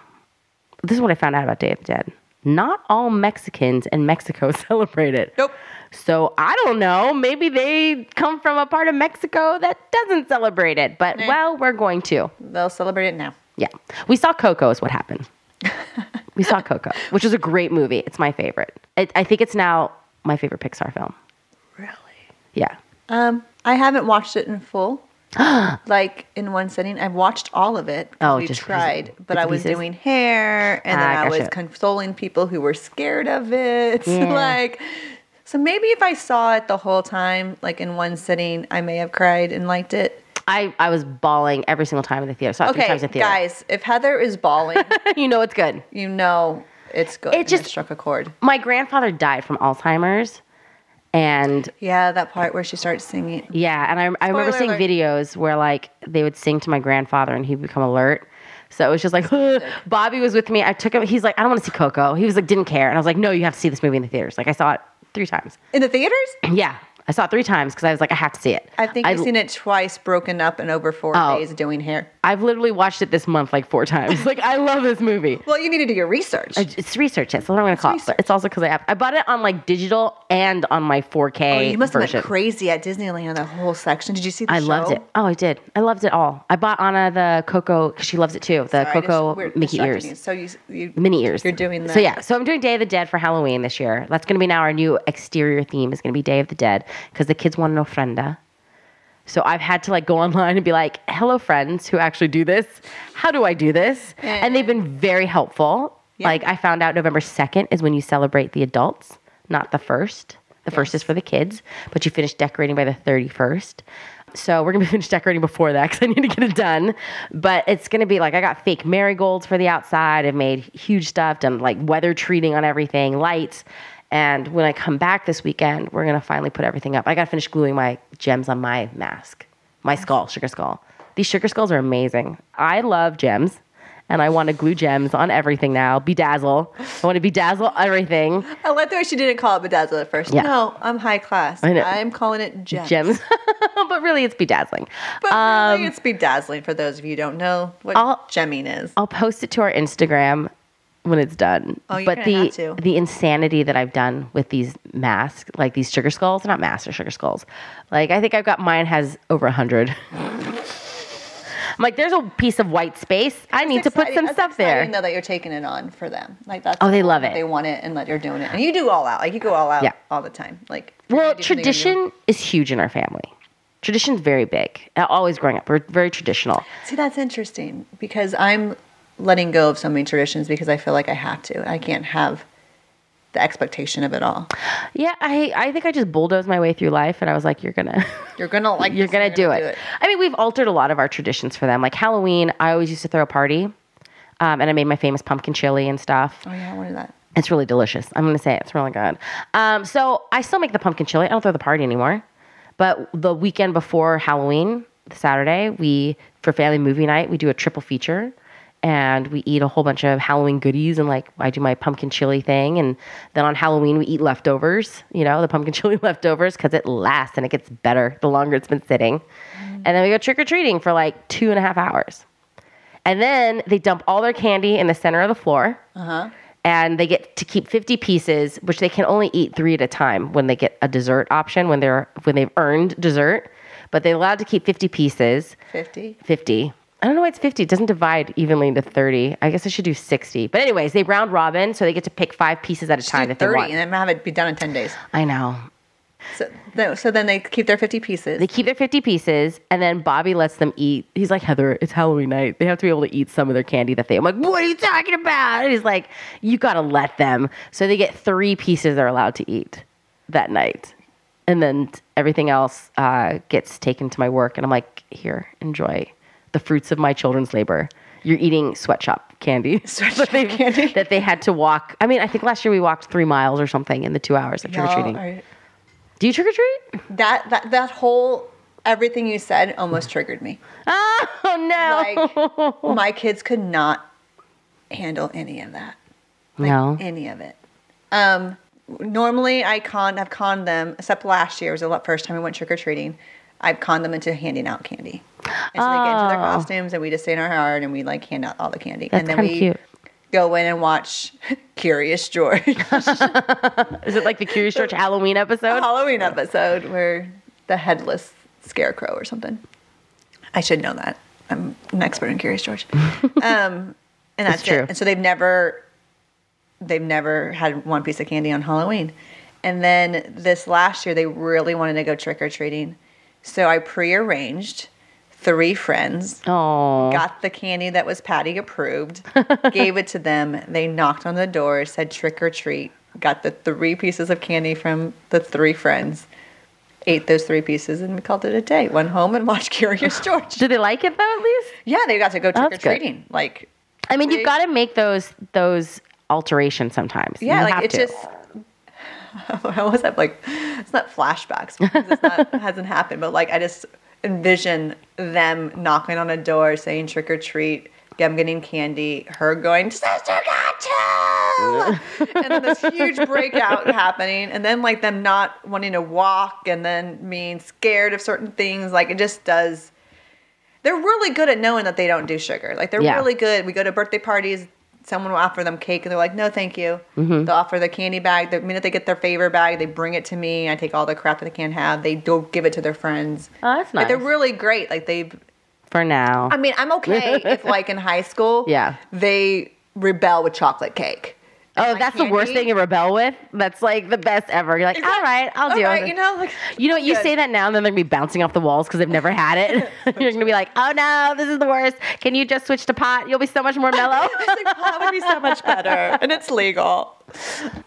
Speaker 1: This is what I found out about Day of the Dead. Not all Mexicans in Mexico celebrate it.
Speaker 2: nope.
Speaker 1: So I don't know. Maybe they come from a part of Mexico that doesn't celebrate it. But
Speaker 2: Nah.
Speaker 1: well, we're going to.
Speaker 2: They'll celebrate it now.
Speaker 1: Yeah, we saw Coco. Is what happened. we saw Coco, which is a great movie. It's my favorite. It, I think it's now my favorite Pixar film.
Speaker 2: Really?
Speaker 1: Yeah.
Speaker 2: Um, I haven't watched it in full. like in one sitting, I've watched all of it. 'cause
Speaker 1: Oh,
Speaker 2: we
Speaker 1: just piece-
Speaker 2: tried, but
Speaker 1: bits
Speaker 2: I
Speaker 1: and
Speaker 2: was
Speaker 1: pieces?
Speaker 2: doing hair, and then
Speaker 1: Ah,
Speaker 2: I was
Speaker 1: gotcha.
Speaker 2: consoling people who were scared of it.
Speaker 1: Yeah.
Speaker 2: like, so maybe if I saw it the whole time, like in one sitting, I may have cried and liked it.
Speaker 1: I, I was bawling every single time in the theater. Saw it three
Speaker 2: Okay,
Speaker 1: times in the theater.
Speaker 2: guys, if Heather is bawling,
Speaker 1: you know it's good.
Speaker 2: you know it's good.
Speaker 1: It
Speaker 2: and
Speaker 1: just-
Speaker 2: struck a chord.
Speaker 1: My grandfather died from Alzheimer's, and
Speaker 2: Yeah, that part where she starts singing.
Speaker 1: Yeah, and I, I remember
Speaker 2: Spoiler
Speaker 1: seeing
Speaker 2: alert.
Speaker 1: videos where like they would sing to my grandfather and he'd become alert. So it was just like Bobby was with me. I took him. He's like, I don't want to see Coco. He was like, didn't care, and I was like, No, you have to see this movie in the theaters. Like I saw it three times.
Speaker 2: In the theaters?
Speaker 1: Yeah, I saw it three times because I was like, I have to see it.
Speaker 2: I think
Speaker 1: I,
Speaker 2: I've seen it twice broken up and over four
Speaker 1: Oh.
Speaker 2: days doing hair.
Speaker 1: I've literally watched it this month like four times. like I love this movie.
Speaker 2: Well, you need to do your research.
Speaker 1: I- It's research. That's what I'm going to call it. But it's also because I have. I bought it on like digital and on my 4K
Speaker 2: Oh, you must
Speaker 1: version.
Speaker 2: have been crazy at Disneyland, the whole section. Did you see the
Speaker 1: I
Speaker 2: show?
Speaker 1: loved it. Oh, I did. I loved it all. I bought Anna the Coco. 'cause She loves it too. The
Speaker 2: Sorry, I just-
Speaker 1: Coco
Speaker 2: we're
Speaker 1: Mickey
Speaker 2: distracting
Speaker 1: ears.
Speaker 2: you. So you, you
Speaker 1: Mini ears.
Speaker 2: You're doing that.
Speaker 1: So yeah. So I'm doing Day of the Dead for Halloween this year. That's going to be now our new exterior theme is going to be Day of the Dead because the kids want an ofrenda. So I've had to like go online and be like, "Hello, friends who actually do this. How do I do this?" And they've been very helpful.
Speaker 2: Yeah.
Speaker 1: Like I found out November second is when you celebrate the adults, not the first. The first is for the kids, but you finish decorating by the thirty first. So we're gonna be finished decorating before that because I need to get it done. But it's gonna be like I got fake marigolds for the outside. I've made huge stuff, done like weather treating on everything, lights. And when I come back this weekend, we're gonna finally put everything up. I gotta finish gluing my gems on my mask, my skull, sugar skull. These sugar skulls are amazing. I love gems, and I want to glue gems on everything now. Bedazzle. I want to bedazzle everything.
Speaker 2: I like the way she didn't call it bedazzle at first.
Speaker 1: Yeah.
Speaker 2: No, I'm high class.
Speaker 1: I know.
Speaker 2: I'm calling it gems.
Speaker 1: Gems, but really, it's bedazzling.
Speaker 2: But really, it's bedazzling for those of you who don't know what
Speaker 1: I'll-
Speaker 2: gemming is.
Speaker 1: I'll post it to our Instagram when it's done.
Speaker 2: Oh, you're
Speaker 1: but
Speaker 2: gonna
Speaker 1: the
Speaker 2: have to.
Speaker 1: the insanity that I've done with these masks, like these sugar skulls, not masks or sugar skulls. Like I think I've got mine has over a hundred. I'm like, there's a piece of white space. I need to
Speaker 2: It's
Speaker 1: put
Speaker 2: exciting-
Speaker 1: some
Speaker 2: that's
Speaker 1: stuff
Speaker 2: exciting,
Speaker 1: there.
Speaker 2: Though that you're taking it on for them, like that's
Speaker 1: Oh, they
Speaker 2: cool
Speaker 1: love
Speaker 2: that
Speaker 1: it.
Speaker 2: They want it, and that you're doing it, and you do all out. Like you go all out
Speaker 1: Yeah.
Speaker 2: all the time. Like
Speaker 1: Well,
Speaker 2: you do something new.
Speaker 1: tradition is huge in our family. Tradition's very big. Uh, Always growing up, we're very traditional.
Speaker 2: See, that's interesting because I'm letting go of so many traditions because I feel like I have to. I can't have the expectation of it all.
Speaker 1: Yeah, I I think I just bulldozed my way through life, and I was like, you're gonna.
Speaker 2: You're gonna like.
Speaker 1: you're
Speaker 2: this,
Speaker 1: gonna, do,
Speaker 2: gonna
Speaker 1: it. I mean, we've altered a lot of our traditions for them. Like Halloween, I always used to throw a party, um, and I made my famous pumpkin chili and stuff.
Speaker 2: Oh yeah, I wanted that.
Speaker 1: It's really delicious. I'm gonna say it. it's really good. Um, so I still make the pumpkin chili. I don't throw the party anymore, but the weekend before Halloween, the Saturday, we for family movie night, we do a triple feature. And we eat a whole bunch of Halloween goodies, and like I do my pumpkin chili thing, and then on Halloween we eat leftovers, you know, the pumpkin chili leftovers, because it lasts and it gets better the longer it's been sitting. And then we go trick or treating for like two and a half hours. And then they dump all their candy in the center of the floor.
Speaker 2: Uh-huh.
Speaker 1: And they get to keep 50 pieces, which they can only eat three at a time when they get a dessert option, when, they're, when they've earned dessert. But they're allowed to keep 50 pieces.
Speaker 2: Fifty.
Speaker 1: 50. I don't know why it's 50. It doesn't divide evenly into 30. I guess I should do 60. But, anyways, they round robin, so they get to pick five pieces at a time
Speaker 2: Do
Speaker 1: if they
Speaker 2: thirty,
Speaker 1: want.
Speaker 2: and then have it be done in ten days.
Speaker 1: I know.
Speaker 2: So, no, so then they keep their fifty pieces.
Speaker 1: They keep their 50 pieces, and then Bobby lets them eat. He's like, Heather, it's Halloween night. They have to be able to eat some of their candy that they. I'm like, what are you talking about? And he's like, you got to let them. So they get three pieces they're allowed to eat that night. And then everything else uh, gets taken to my work. And I'm like, here, enjoy the fruits of my children's labor. You're eating sweatshop candy.
Speaker 2: Sweatshop candy.
Speaker 1: that they had to walk. I mean, I think last year we walked three miles or something in the two hours of trick or
Speaker 2: Y'all
Speaker 1: treating.
Speaker 2: are-
Speaker 1: Do you trick or treat?
Speaker 2: that that that whole everything you said almost triggered me.
Speaker 1: Oh no!
Speaker 2: Like my kids could not handle any of that. Like,
Speaker 1: no.
Speaker 2: any of it. Um, normally I con I've conned them, except last year was the first time we went trick or treating. I've conned them into handing out candy. And so they get into their
Speaker 1: Oh.
Speaker 2: costumes and we just stay in our yard and we like hand out all the candy.
Speaker 1: That's
Speaker 2: and then
Speaker 1: kinda
Speaker 2: we
Speaker 1: cute.
Speaker 2: go in and watch Curious George.
Speaker 1: Is it like the Curious George Halloween episode?
Speaker 2: Halloween episode where the headless scarecrow or something. I should know that. I'm an expert in Curious George. Um, and that's
Speaker 1: true.
Speaker 2: It. And so they've never, they've never had one piece of candy on Halloween. And then this last year, they really wanted to go trick or treating, so I pre-arranged three friends
Speaker 1: Oh,
Speaker 2: got the candy that was Patty approved, gave it to them. They knocked on the door, said trick or treat, got the three pieces of candy from the three friends, ate those three pieces, and we called it a day. Went home and watched Curious George.
Speaker 1: do they like it though? At least
Speaker 2: yeah, they got to go trick or
Speaker 1: That's good.
Speaker 2: treating. Like,
Speaker 1: I mean,
Speaker 2: They-
Speaker 1: you've got to make those those alterations sometimes.
Speaker 2: yeah,
Speaker 1: You
Speaker 2: like
Speaker 1: have
Speaker 2: it's
Speaker 1: to.
Speaker 2: just. I always have like, it's not flashbacks because it's not hasn't happened, but like I just envision them knocking on a door saying trick or treat, them getting candy, her going, Sister got you! and then this huge breakout happening, and then like them not wanting to walk, and then being scared of certain things. Like it just does. They're really good at knowing that they don't do sugar. Like they're
Speaker 1: Yeah.
Speaker 2: really good. We go to birthday parties, someone will offer them cake, and they're like, no, thank you.
Speaker 1: Mm-hmm.
Speaker 2: They'll offer the candy bag. The minute they get their favor bag, they bring it to me. I take all the crap that they can't have. They don't give it to their friends.
Speaker 1: Oh, that's
Speaker 2: Like,
Speaker 1: nice.
Speaker 2: they're really great. Like they've
Speaker 1: for now.
Speaker 2: I mean, I'm okay if, like, in high school,
Speaker 1: Yeah.
Speaker 2: they rebel with chocolate cake.
Speaker 1: oh,
Speaker 2: my
Speaker 1: that's the worst
Speaker 2: candy.
Speaker 1: thing to rebel with. That's like the best ever. You're like, all right, I'll
Speaker 2: All
Speaker 1: do
Speaker 2: right,
Speaker 1: it.
Speaker 2: You know, like,
Speaker 1: You know what? You
Speaker 2: Good.
Speaker 1: say that now, and then they're gonna be bouncing off the walls because they've never had it. You're gonna be like, "Oh no, this is the worst. Can you just switch to pot? You'll be so much more mellow."
Speaker 2: it's like, that would be so much better, and it's legal.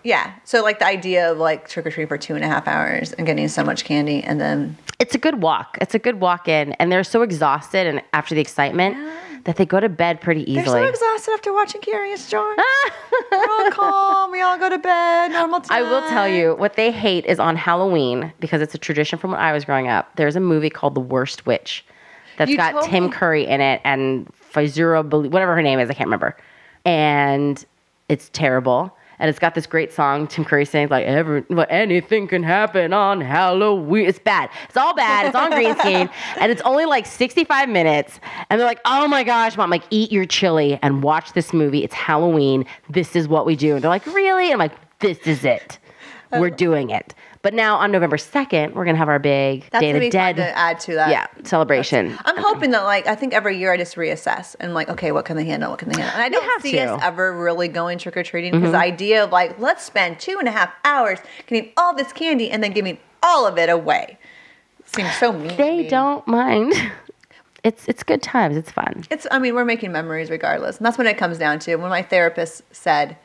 Speaker 2: Yeah. So, like, the idea of like trick or treat for two and a half hours and getting so much candy, and then
Speaker 1: it's a good walk. It's a good walk in, and they're so exhausted and after the excitement that they go to bed pretty
Speaker 2: they're
Speaker 1: easily.
Speaker 2: so exhausted after watching Curious George. We're all calm. We all go to bed. Normal
Speaker 1: I
Speaker 2: time.
Speaker 1: will tell you what they hate is on Halloween because it's a tradition from when I was growing up. There's a movie called The Worst Witch that's
Speaker 2: You
Speaker 1: got
Speaker 2: told
Speaker 1: Tim
Speaker 2: me-
Speaker 1: Curry in it and Fizura, Bel- whatever her name is, I can't remember. And it's terrible. And it's got this great song, Tim Curry sings like every well, anything can happen on Halloween. It's bad. It's all bad. It's on green screen, and it's only like 65 minutes. And they're like, "Oh my gosh, mom! Like, eat your chili and watch this movie. It's Halloween. This is what we do." And they're like, "Really?" And I'm like, "This is it. We're
Speaker 2: Uh,
Speaker 1: doing it." But now on November 2nd, we're gonna have our big
Speaker 2: That's
Speaker 1: Day of
Speaker 2: gonna
Speaker 1: the
Speaker 2: be fun
Speaker 1: Dead
Speaker 2: to add to that.
Speaker 1: yeah celebration.
Speaker 2: I'm hoping that like I think every year I just reassess and like okay what can they handle what can they handle and I don't
Speaker 1: have
Speaker 2: see
Speaker 1: to. Mm-hmm.
Speaker 2: us ever really going trick or treating because the idea of like let's spend two and a half hours getting all this candy and then giving all of it away seems so mean. to
Speaker 1: they
Speaker 2: me.
Speaker 1: don't mind. It's it's good times. It's fun.
Speaker 2: It's I mean we're making memories regardless and that's what it comes down to. When my therapist said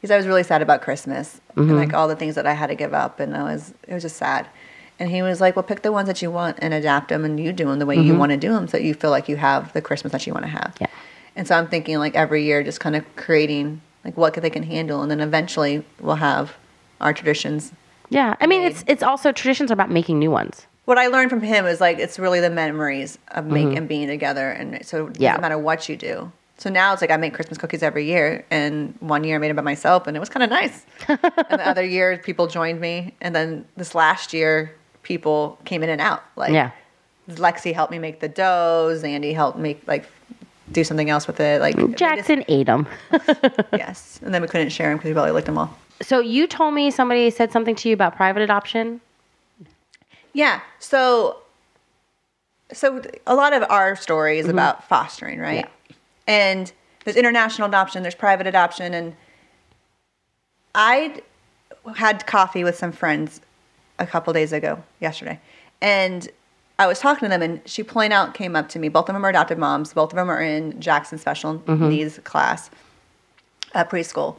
Speaker 2: because I was really sad about Christmas and like all the things that I had to give up and I was it was just sad. And he was like, "Well, pick the ones that you want and adapt them, and you do them the way you want to do them, so you feel like you have the Christmas that you want to have."
Speaker 1: Yeah.
Speaker 2: And so I'm thinking like every year, just kind of creating like what they can handle, and then eventually we'll have our traditions.
Speaker 1: Yeah. I mean, it's it's also traditions are about making new ones.
Speaker 2: What I learned from him is like it's really the memories of make and being together, and so it
Speaker 1: Mm-hmm. Yeah.
Speaker 2: doesn't matter what you do. So now it's like I make Christmas cookies every year, and one year I made it by myself, and it was kind of nice. and the other year, people joined me, and then this last year, people came in and out. Like
Speaker 1: Yeah.
Speaker 2: Lexi helped me make the doughs, Andy helped make like do something else with it. Like they just-
Speaker 1: Jackson ate them.
Speaker 2: Yes. And then we couldn't share them because we probably licked them all.
Speaker 1: So you told me somebody said something to you about private adoption.
Speaker 2: Yeah. So, so a lot of our story is about fostering, right? And there's international adoption, there's private adoption, and I had coffee with some friends a couple days ago, yesterday, and I was talking to them, and she plain out came up to me. Both of them are adopted moms. Both of them are in Jackson special needs class at preschool.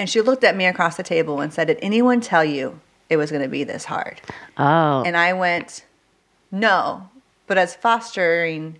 Speaker 2: And she looked at me across the table and said, Did anyone tell you it was going to be this hard?
Speaker 1: Oh.
Speaker 2: And I went, no. But as fostering,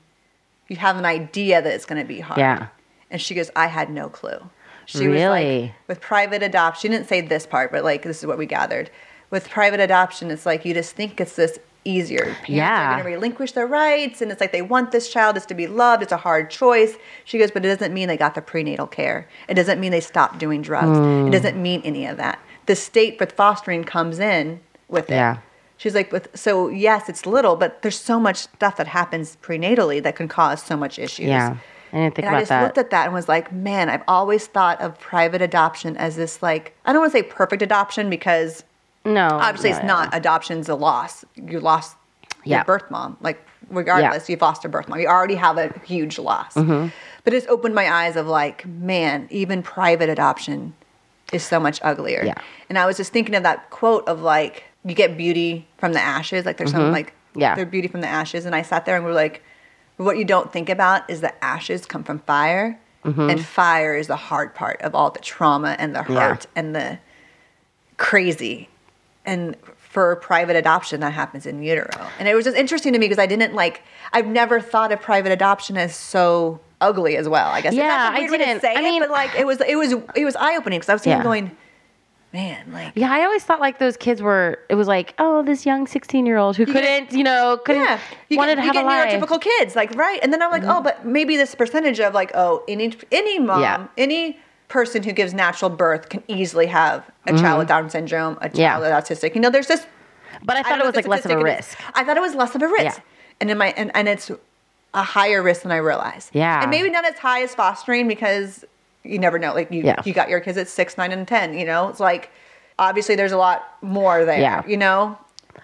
Speaker 2: you have an idea that it's going to be hard.
Speaker 1: Yeah.
Speaker 2: And she goes, I had no clue. She was
Speaker 1: Really?
Speaker 2: like, with private adoption, she didn't say this part, but like, this is what we gathered. With private adoption, it's like you just think it's this easier. Parents
Speaker 1: Yeah.
Speaker 2: are going to relinquish their rights. And it's like they want this child is to be loved. It's a hard choice. She goes, but it doesn't mean they got the prenatal care. It doesn't mean they stopped doing drugs. It
Speaker 1: Hmm.
Speaker 2: doesn't mean any of that. The state with fostering comes in with it.
Speaker 1: Yeah.
Speaker 2: She's like, with so yes, it's little, but there's so much stuff that happens prenatally that can cause so much issues.
Speaker 1: yeah. I didn't think
Speaker 2: And I
Speaker 1: about
Speaker 2: just
Speaker 1: that.
Speaker 2: looked at that and was like, man, I've always thought of private adoption as this like I don't want to say perfect adoption because
Speaker 1: no.
Speaker 2: obviously
Speaker 1: no,
Speaker 2: it's
Speaker 1: no.
Speaker 2: not adoption's a loss. You lost
Speaker 1: Yeah.
Speaker 2: your birth mom. Like regardless, you've lost a birth mom. You already have a huge loss.
Speaker 1: Mm-hmm.
Speaker 2: But it's opened my eyes of like, man, even private adoption is so much uglier.
Speaker 1: Yeah.
Speaker 2: And I was just thinking of that quote of like, you get beauty from the ashes. Like there's some like
Speaker 1: Mm-hmm. Yeah.
Speaker 2: their beauty from the ashes. And I sat there and we were like, what you don't think about is the ashes come from fire.
Speaker 1: Mm-hmm.
Speaker 2: And fire is the hard part of all the trauma and the
Speaker 1: Yeah.
Speaker 2: hurt and the crazy. And for private adoption, that happens in utero. And it was just interesting to me because I didn't like, I've never thought of private adoption as so ugly as well. I guess
Speaker 1: Yeah,
Speaker 2: That's a
Speaker 1: I
Speaker 2: weird way to
Speaker 1: didn't.
Speaker 2: say
Speaker 1: I
Speaker 2: it,
Speaker 1: mean-
Speaker 2: but like it was, it was, it was eye opening because I was sitting
Speaker 1: Yeah.
Speaker 2: going, man, like
Speaker 1: Yeah, I always thought like those kids were. It was like, oh, this young sixteen-year-old who couldn't, you know, couldn't
Speaker 2: yeah, you
Speaker 1: wanted
Speaker 2: get,
Speaker 1: to
Speaker 2: you
Speaker 1: have
Speaker 2: get
Speaker 1: a life. Mm-hmm.
Speaker 2: neurotypical kids, like right. And then I'm like, oh, but maybe this percentage of like, oh, any any mom,
Speaker 1: Yeah.
Speaker 2: any person who gives natural birth can easily have a child with Down syndrome, a child
Speaker 1: Mm-hmm. Yeah.
Speaker 2: with autistic. You know, there's this.
Speaker 1: But I thought
Speaker 2: don't
Speaker 1: it
Speaker 2: know
Speaker 1: was
Speaker 2: what
Speaker 1: like
Speaker 2: the
Speaker 1: less of a
Speaker 2: statistic is.
Speaker 1: risk.
Speaker 2: I thought it was less of a risk,
Speaker 1: Yeah.
Speaker 2: and in my and, and it's a higher risk than I realized.
Speaker 1: Yeah.
Speaker 2: and maybe not as high as fostering because you never know. Like you,
Speaker 1: Yeah.
Speaker 2: you got your kids at six, nine, and ten. You know, it's like obviously there's a lot more there.
Speaker 1: Yeah.
Speaker 2: you know.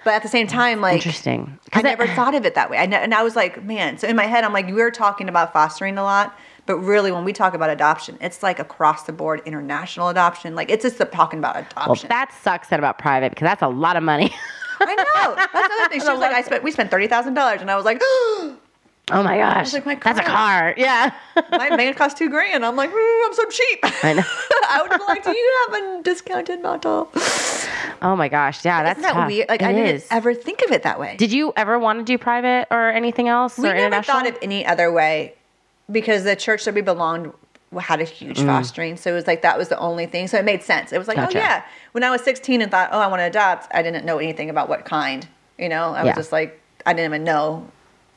Speaker 2: But at the same time, like
Speaker 1: Interesting.
Speaker 2: I
Speaker 1: 'Cause that-
Speaker 2: never thought of it that way. I ne- and I was like, man. So in my head, I'm like, we are talking about fostering a lot, but really, when we talk about adoption, it's like across the board international adoption. Like it's just the, talking about
Speaker 1: Well,
Speaker 2: adoption.
Speaker 1: that sucks that about private because that's a lot of money.
Speaker 2: I know. That's the other thing. She was like, I spent we spent thirty thousand dollars, and I was like,
Speaker 1: oh my gosh,
Speaker 2: like, my
Speaker 1: that's a car. Yeah,
Speaker 2: my man cost two grand. I'm like, "Ooh, I'm so cheap.
Speaker 1: I know.
Speaker 2: I would have liked you to have a discounted model.
Speaker 1: Oh my gosh, yeah, that's
Speaker 2: Isn't that
Speaker 1: tough.
Speaker 2: weird? Like
Speaker 1: It
Speaker 2: I didn't
Speaker 1: is.
Speaker 2: ever think of it that way.
Speaker 1: Did you ever want to do private or anything else?
Speaker 2: we
Speaker 1: or
Speaker 2: never
Speaker 1: international?
Speaker 2: thought of any other way because the church that we belonged had a huge fostering so it was like that was the only thing so it made sense it was like
Speaker 1: Mm. Gotcha.
Speaker 2: oh yeah when i was 16 and thought oh i want to adopt i didn't know anything about what kind you know
Speaker 1: Yeah.
Speaker 2: i was just like i didn't even know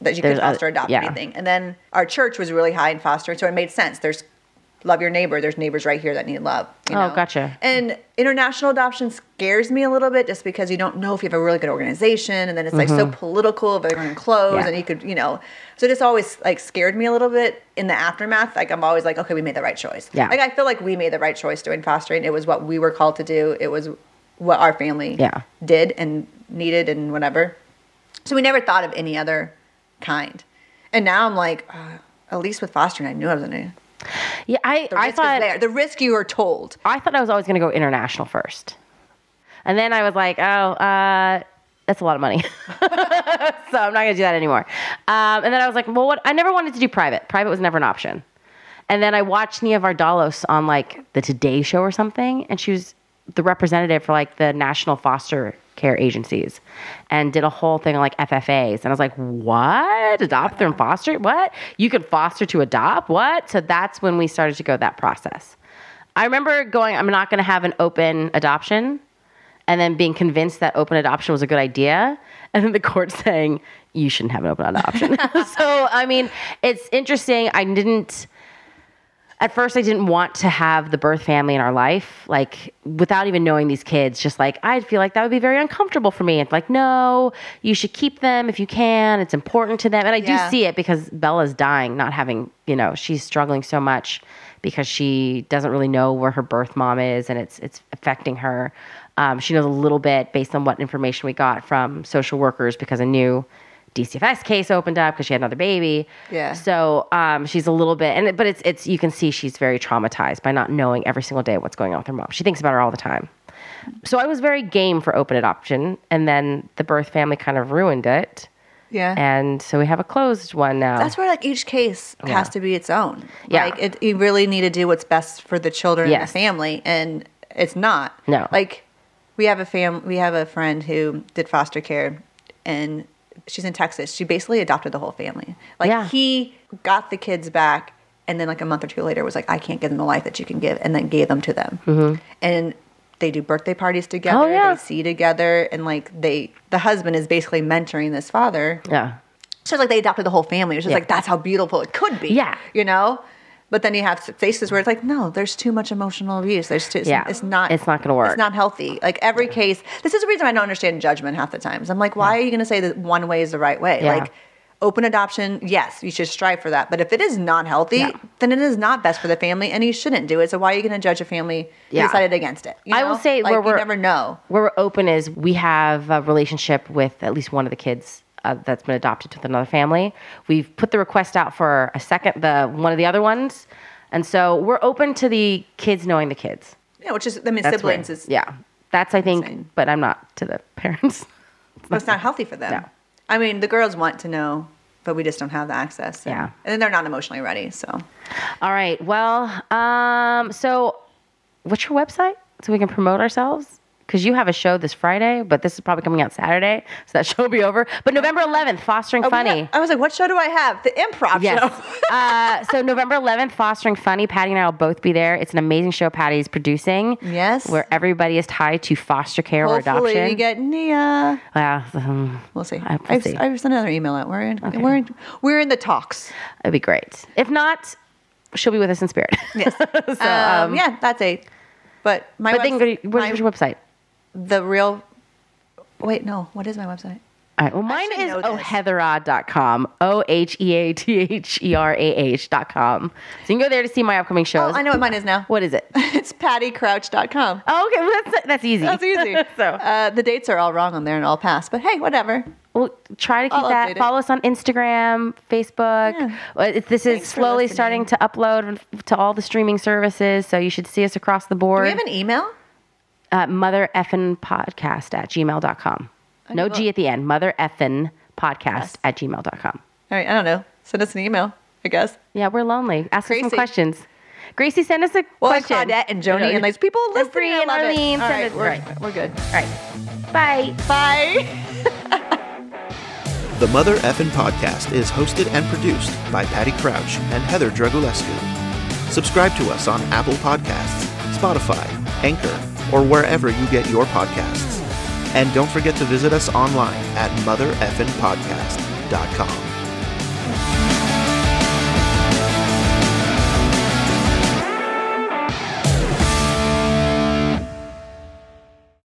Speaker 2: that you
Speaker 1: There's
Speaker 2: could
Speaker 1: other-
Speaker 2: foster adopt
Speaker 1: yeah.
Speaker 2: anything and then our church was really high in fostering so it made sense there's love your neighbor there's neighbors right here that need love you
Speaker 1: Oh,
Speaker 2: know?
Speaker 1: gotcha.
Speaker 2: and international adoption scares me a little bit just because you don't know if you have a really good organization and then it's like so political if they're going to close
Speaker 1: Mm-hmm. Yeah.
Speaker 2: and you could you know so it just always like scared me a little bit in the aftermath like i'm always like okay we made the right choice
Speaker 1: Yeah.
Speaker 2: like i feel like we made the right choice doing fostering it was what we were called to do it was what our family
Speaker 1: Yeah.
Speaker 2: did and needed and whatever so we never thought of any other kind and now i'm like uh, at least with fostering i knew i was going to
Speaker 1: Yeah, I,
Speaker 2: the risk
Speaker 1: I
Speaker 2: is
Speaker 1: thought
Speaker 2: there the risk you are told
Speaker 1: I thought I was always going to go international first. And then I was like, oh, uh, that's a lot of money. so I'm not going to do that anymore. Um, and then I was like, well, what? I never wanted to do private. Private was never an option. And then I watched Nia Vardalos on like the Today Show or something, and she was the representative for like the national foster care agencies and did a whole thing on like FFAs. And I was like, what? Adopt and foster? What? You can foster to adopt? What? So that's when we started to go that process. I remember going, I'm not going to have an open adoption, and then being convinced that open adoption was a good idea, and then the court saying you shouldn't have an open adoption. so, I mean, it's interesting. I didn't. At first, I didn't want to have the birth family in our life, like without even knowing these kids. Just like I'd feel like that would be very uncomfortable for me. It's like, no, you should keep them if you can. It's important to them, and I
Speaker 2: Yeah.
Speaker 1: do see it because Bella's dying, not having, you know, she's struggling so much because she doesn't really know where her birth mom is and it's it's affecting her. Um, she knows a little bit based on what information we got from social workers because a new DCFS case opened up because she had another baby.
Speaker 2: Yeah.
Speaker 1: So um, she's a little bit, and it- but it's it's you can see she's very traumatized by not knowing every single day what's going on with her mom. She thinks about her all the time. So I was very game for open adoption, and then the birth family kind of ruined it
Speaker 2: yeah
Speaker 1: and so we have a closed one now.
Speaker 2: That's where like each case has to be its own.
Speaker 1: Yeah.
Speaker 2: Like it, you really need to do what's best for the children and
Speaker 1: Yes.
Speaker 2: the family and it's not.
Speaker 1: No.
Speaker 2: Like we have a fam we have a friend who did foster care and she's in Texas. She basically adopted the whole family. Like
Speaker 1: Yeah.
Speaker 2: he got the kids back and then like a month or two later was like I can't give them the life that you can give and then gave them to them. And they do birthday parties together,
Speaker 1: Mm-hmm. Oh, yeah.
Speaker 2: they see together and like they the husband is basically mentoring this father
Speaker 1: yeah.
Speaker 2: so it's like they adopted the whole family. It was just
Speaker 1: Yeah.
Speaker 2: like that's how beautiful it could be.
Speaker 1: Yeah.
Speaker 2: you know. But then you have cases where it's like, no, there's too much emotional abuse. There's too, it's,
Speaker 1: Yeah.
Speaker 2: it's not,
Speaker 1: It's not gonna work.
Speaker 2: It's not healthy. Like every case, this is the reason I don't understand judgment half the times. I'm like, why are you going to say that one way is the right way?
Speaker 1: Yeah.
Speaker 2: Like open adoption, yes, you should strive for that. But if it is not healthy, then it is not best for the family, and you shouldn't do it. So why are you going to judge a family who
Speaker 1: Yeah.
Speaker 2: decided against it? You
Speaker 1: I will
Speaker 2: know?
Speaker 1: say
Speaker 2: like,
Speaker 1: where
Speaker 2: you
Speaker 1: we're-
Speaker 2: never know.
Speaker 1: Where we're open is we have a relationship with at least one of the kids uh, that's been adopted with another family. We've put the request out for a second, the one of the other ones, and so we're open to the kids knowing the kids.
Speaker 2: Yeah, which is I mean,
Speaker 1: That's
Speaker 2: siblings
Speaker 1: where-
Speaker 2: is
Speaker 1: yeah. That's I think,
Speaker 2: Insane.
Speaker 1: but I'm not to the parents.
Speaker 2: But it's not healthy for them.
Speaker 1: No.
Speaker 2: I mean, the girls want to know, but we just don't have the access. And,
Speaker 1: Yeah.
Speaker 2: And then they're not emotionally ready. So
Speaker 1: All right. Well, um, so what's your website so we can promote ourselves? because you have a show this Friday, but this is probably coming out Saturday, so that show will be over. But November 11th, Fostering
Speaker 2: Oh,
Speaker 1: Funny.
Speaker 2: yeah. I was like, what show do I have? The improv
Speaker 1: Yes.
Speaker 2: show.
Speaker 1: uh, so November 11th, Fostering Funny. Patty and I will both be there. It's an amazing show Patty's producing.
Speaker 2: Yes.
Speaker 1: Where everybody is tied to foster care or
Speaker 2: Hopefully
Speaker 1: adoption.
Speaker 2: we get Nia.
Speaker 1: wow. um,
Speaker 2: We'll see.
Speaker 1: I- we'll
Speaker 2: I've,
Speaker 1: see.
Speaker 2: I've sent another email out. We're in, we're in, we're in the talks.
Speaker 1: It'd be great. If not, she'll be with us in spirit.
Speaker 2: Yes.
Speaker 1: so,
Speaker 2: um,
Speaker 1: um,
Speaker 2: yeah, that's a. But my
Speaker 1: but then go
Speaker 2: webs-
Speaker 1: to, where's
Speaker 2: my-
Speaker 1: your website?
Speaker 2: the real. Wait, no. What is my website?
Speaker 1: All right. Well, mine
Speaker 2: should
Speaker 1: is
Speaker 2: know this.
Speaker 1: oheatherah.com. O H E A T H E R A H dot com. So you can go there to see my upcoming
Speaker 2: Oh,
Speaker 1: shows.
Speaker 2: I know what mine is now.
Speaker 1: What is it?
Speaker 2: it's pattycrouch.com.
Speaker 1: Oh, okay. Well, that's, that's easy.
Speaker 2: That's easy.
Speaker 1: so,
Speaker 2: uh, the dates are all wrong on there and all passed. But hey, whatever.
Speaker 1: Well, try to keep
Speaker 2: I'll update
Speaker 1: that.
Speaker 2: it.
Speaker 1: Follow us on Instagram, Facebook.
Speaker 2: Yeah.
Speaker 1: Uh, it- This is
Speaker 2: Thanks for
Speaker 1: slowly starting
Speaker 2: listening.
Speaker 1: to upload to all the streaming services, so you should see us across the
Speaker 2: Do we
Speaker 1: board.
Speaker 2: have an email?
Speaker 1: uh, mother effin podcast at gmail.com. no
Speaker 2: well-
Speaker 1: G at the end. Mother effin podcast at gmail.com.
Speaker 2: All right, I don't know. Send us an email, I guess.
Speaker 1: Yeah, we're lonely. Ask us
Speaker 2: Gracie.
Speaker 1: some questions. Gracie, send us a
Speaker 2: Well, and
Speaker 1: question.
Speaker 2: Claudette and Joni and these people
Speaker 1: And
Speaker 2: listening.
Speaker 1: Bree
Speaker 2: I
Speaker 1: and
Speaker 2: love it.
Speaker 1: Arlene,
Speaker 2: All
Speaker 1: send
Speaker 2: right,
Speaker 1: us-
Speaker 2: we're,
Speaker 1: right.
Speaker 2: we're good.
Speaker 1: All right. Bye.
Speaker 2: Bye.
Speaker 3: The Mother Effin Podcast is hosted and produced by Patty Crouch and Heather Dragulescu. Subscribe to us on Apple Podcasts, Spotify, Anchor, or wherever you get your podcasts. And don't forget to visit us online at mothereffinpodcast.com.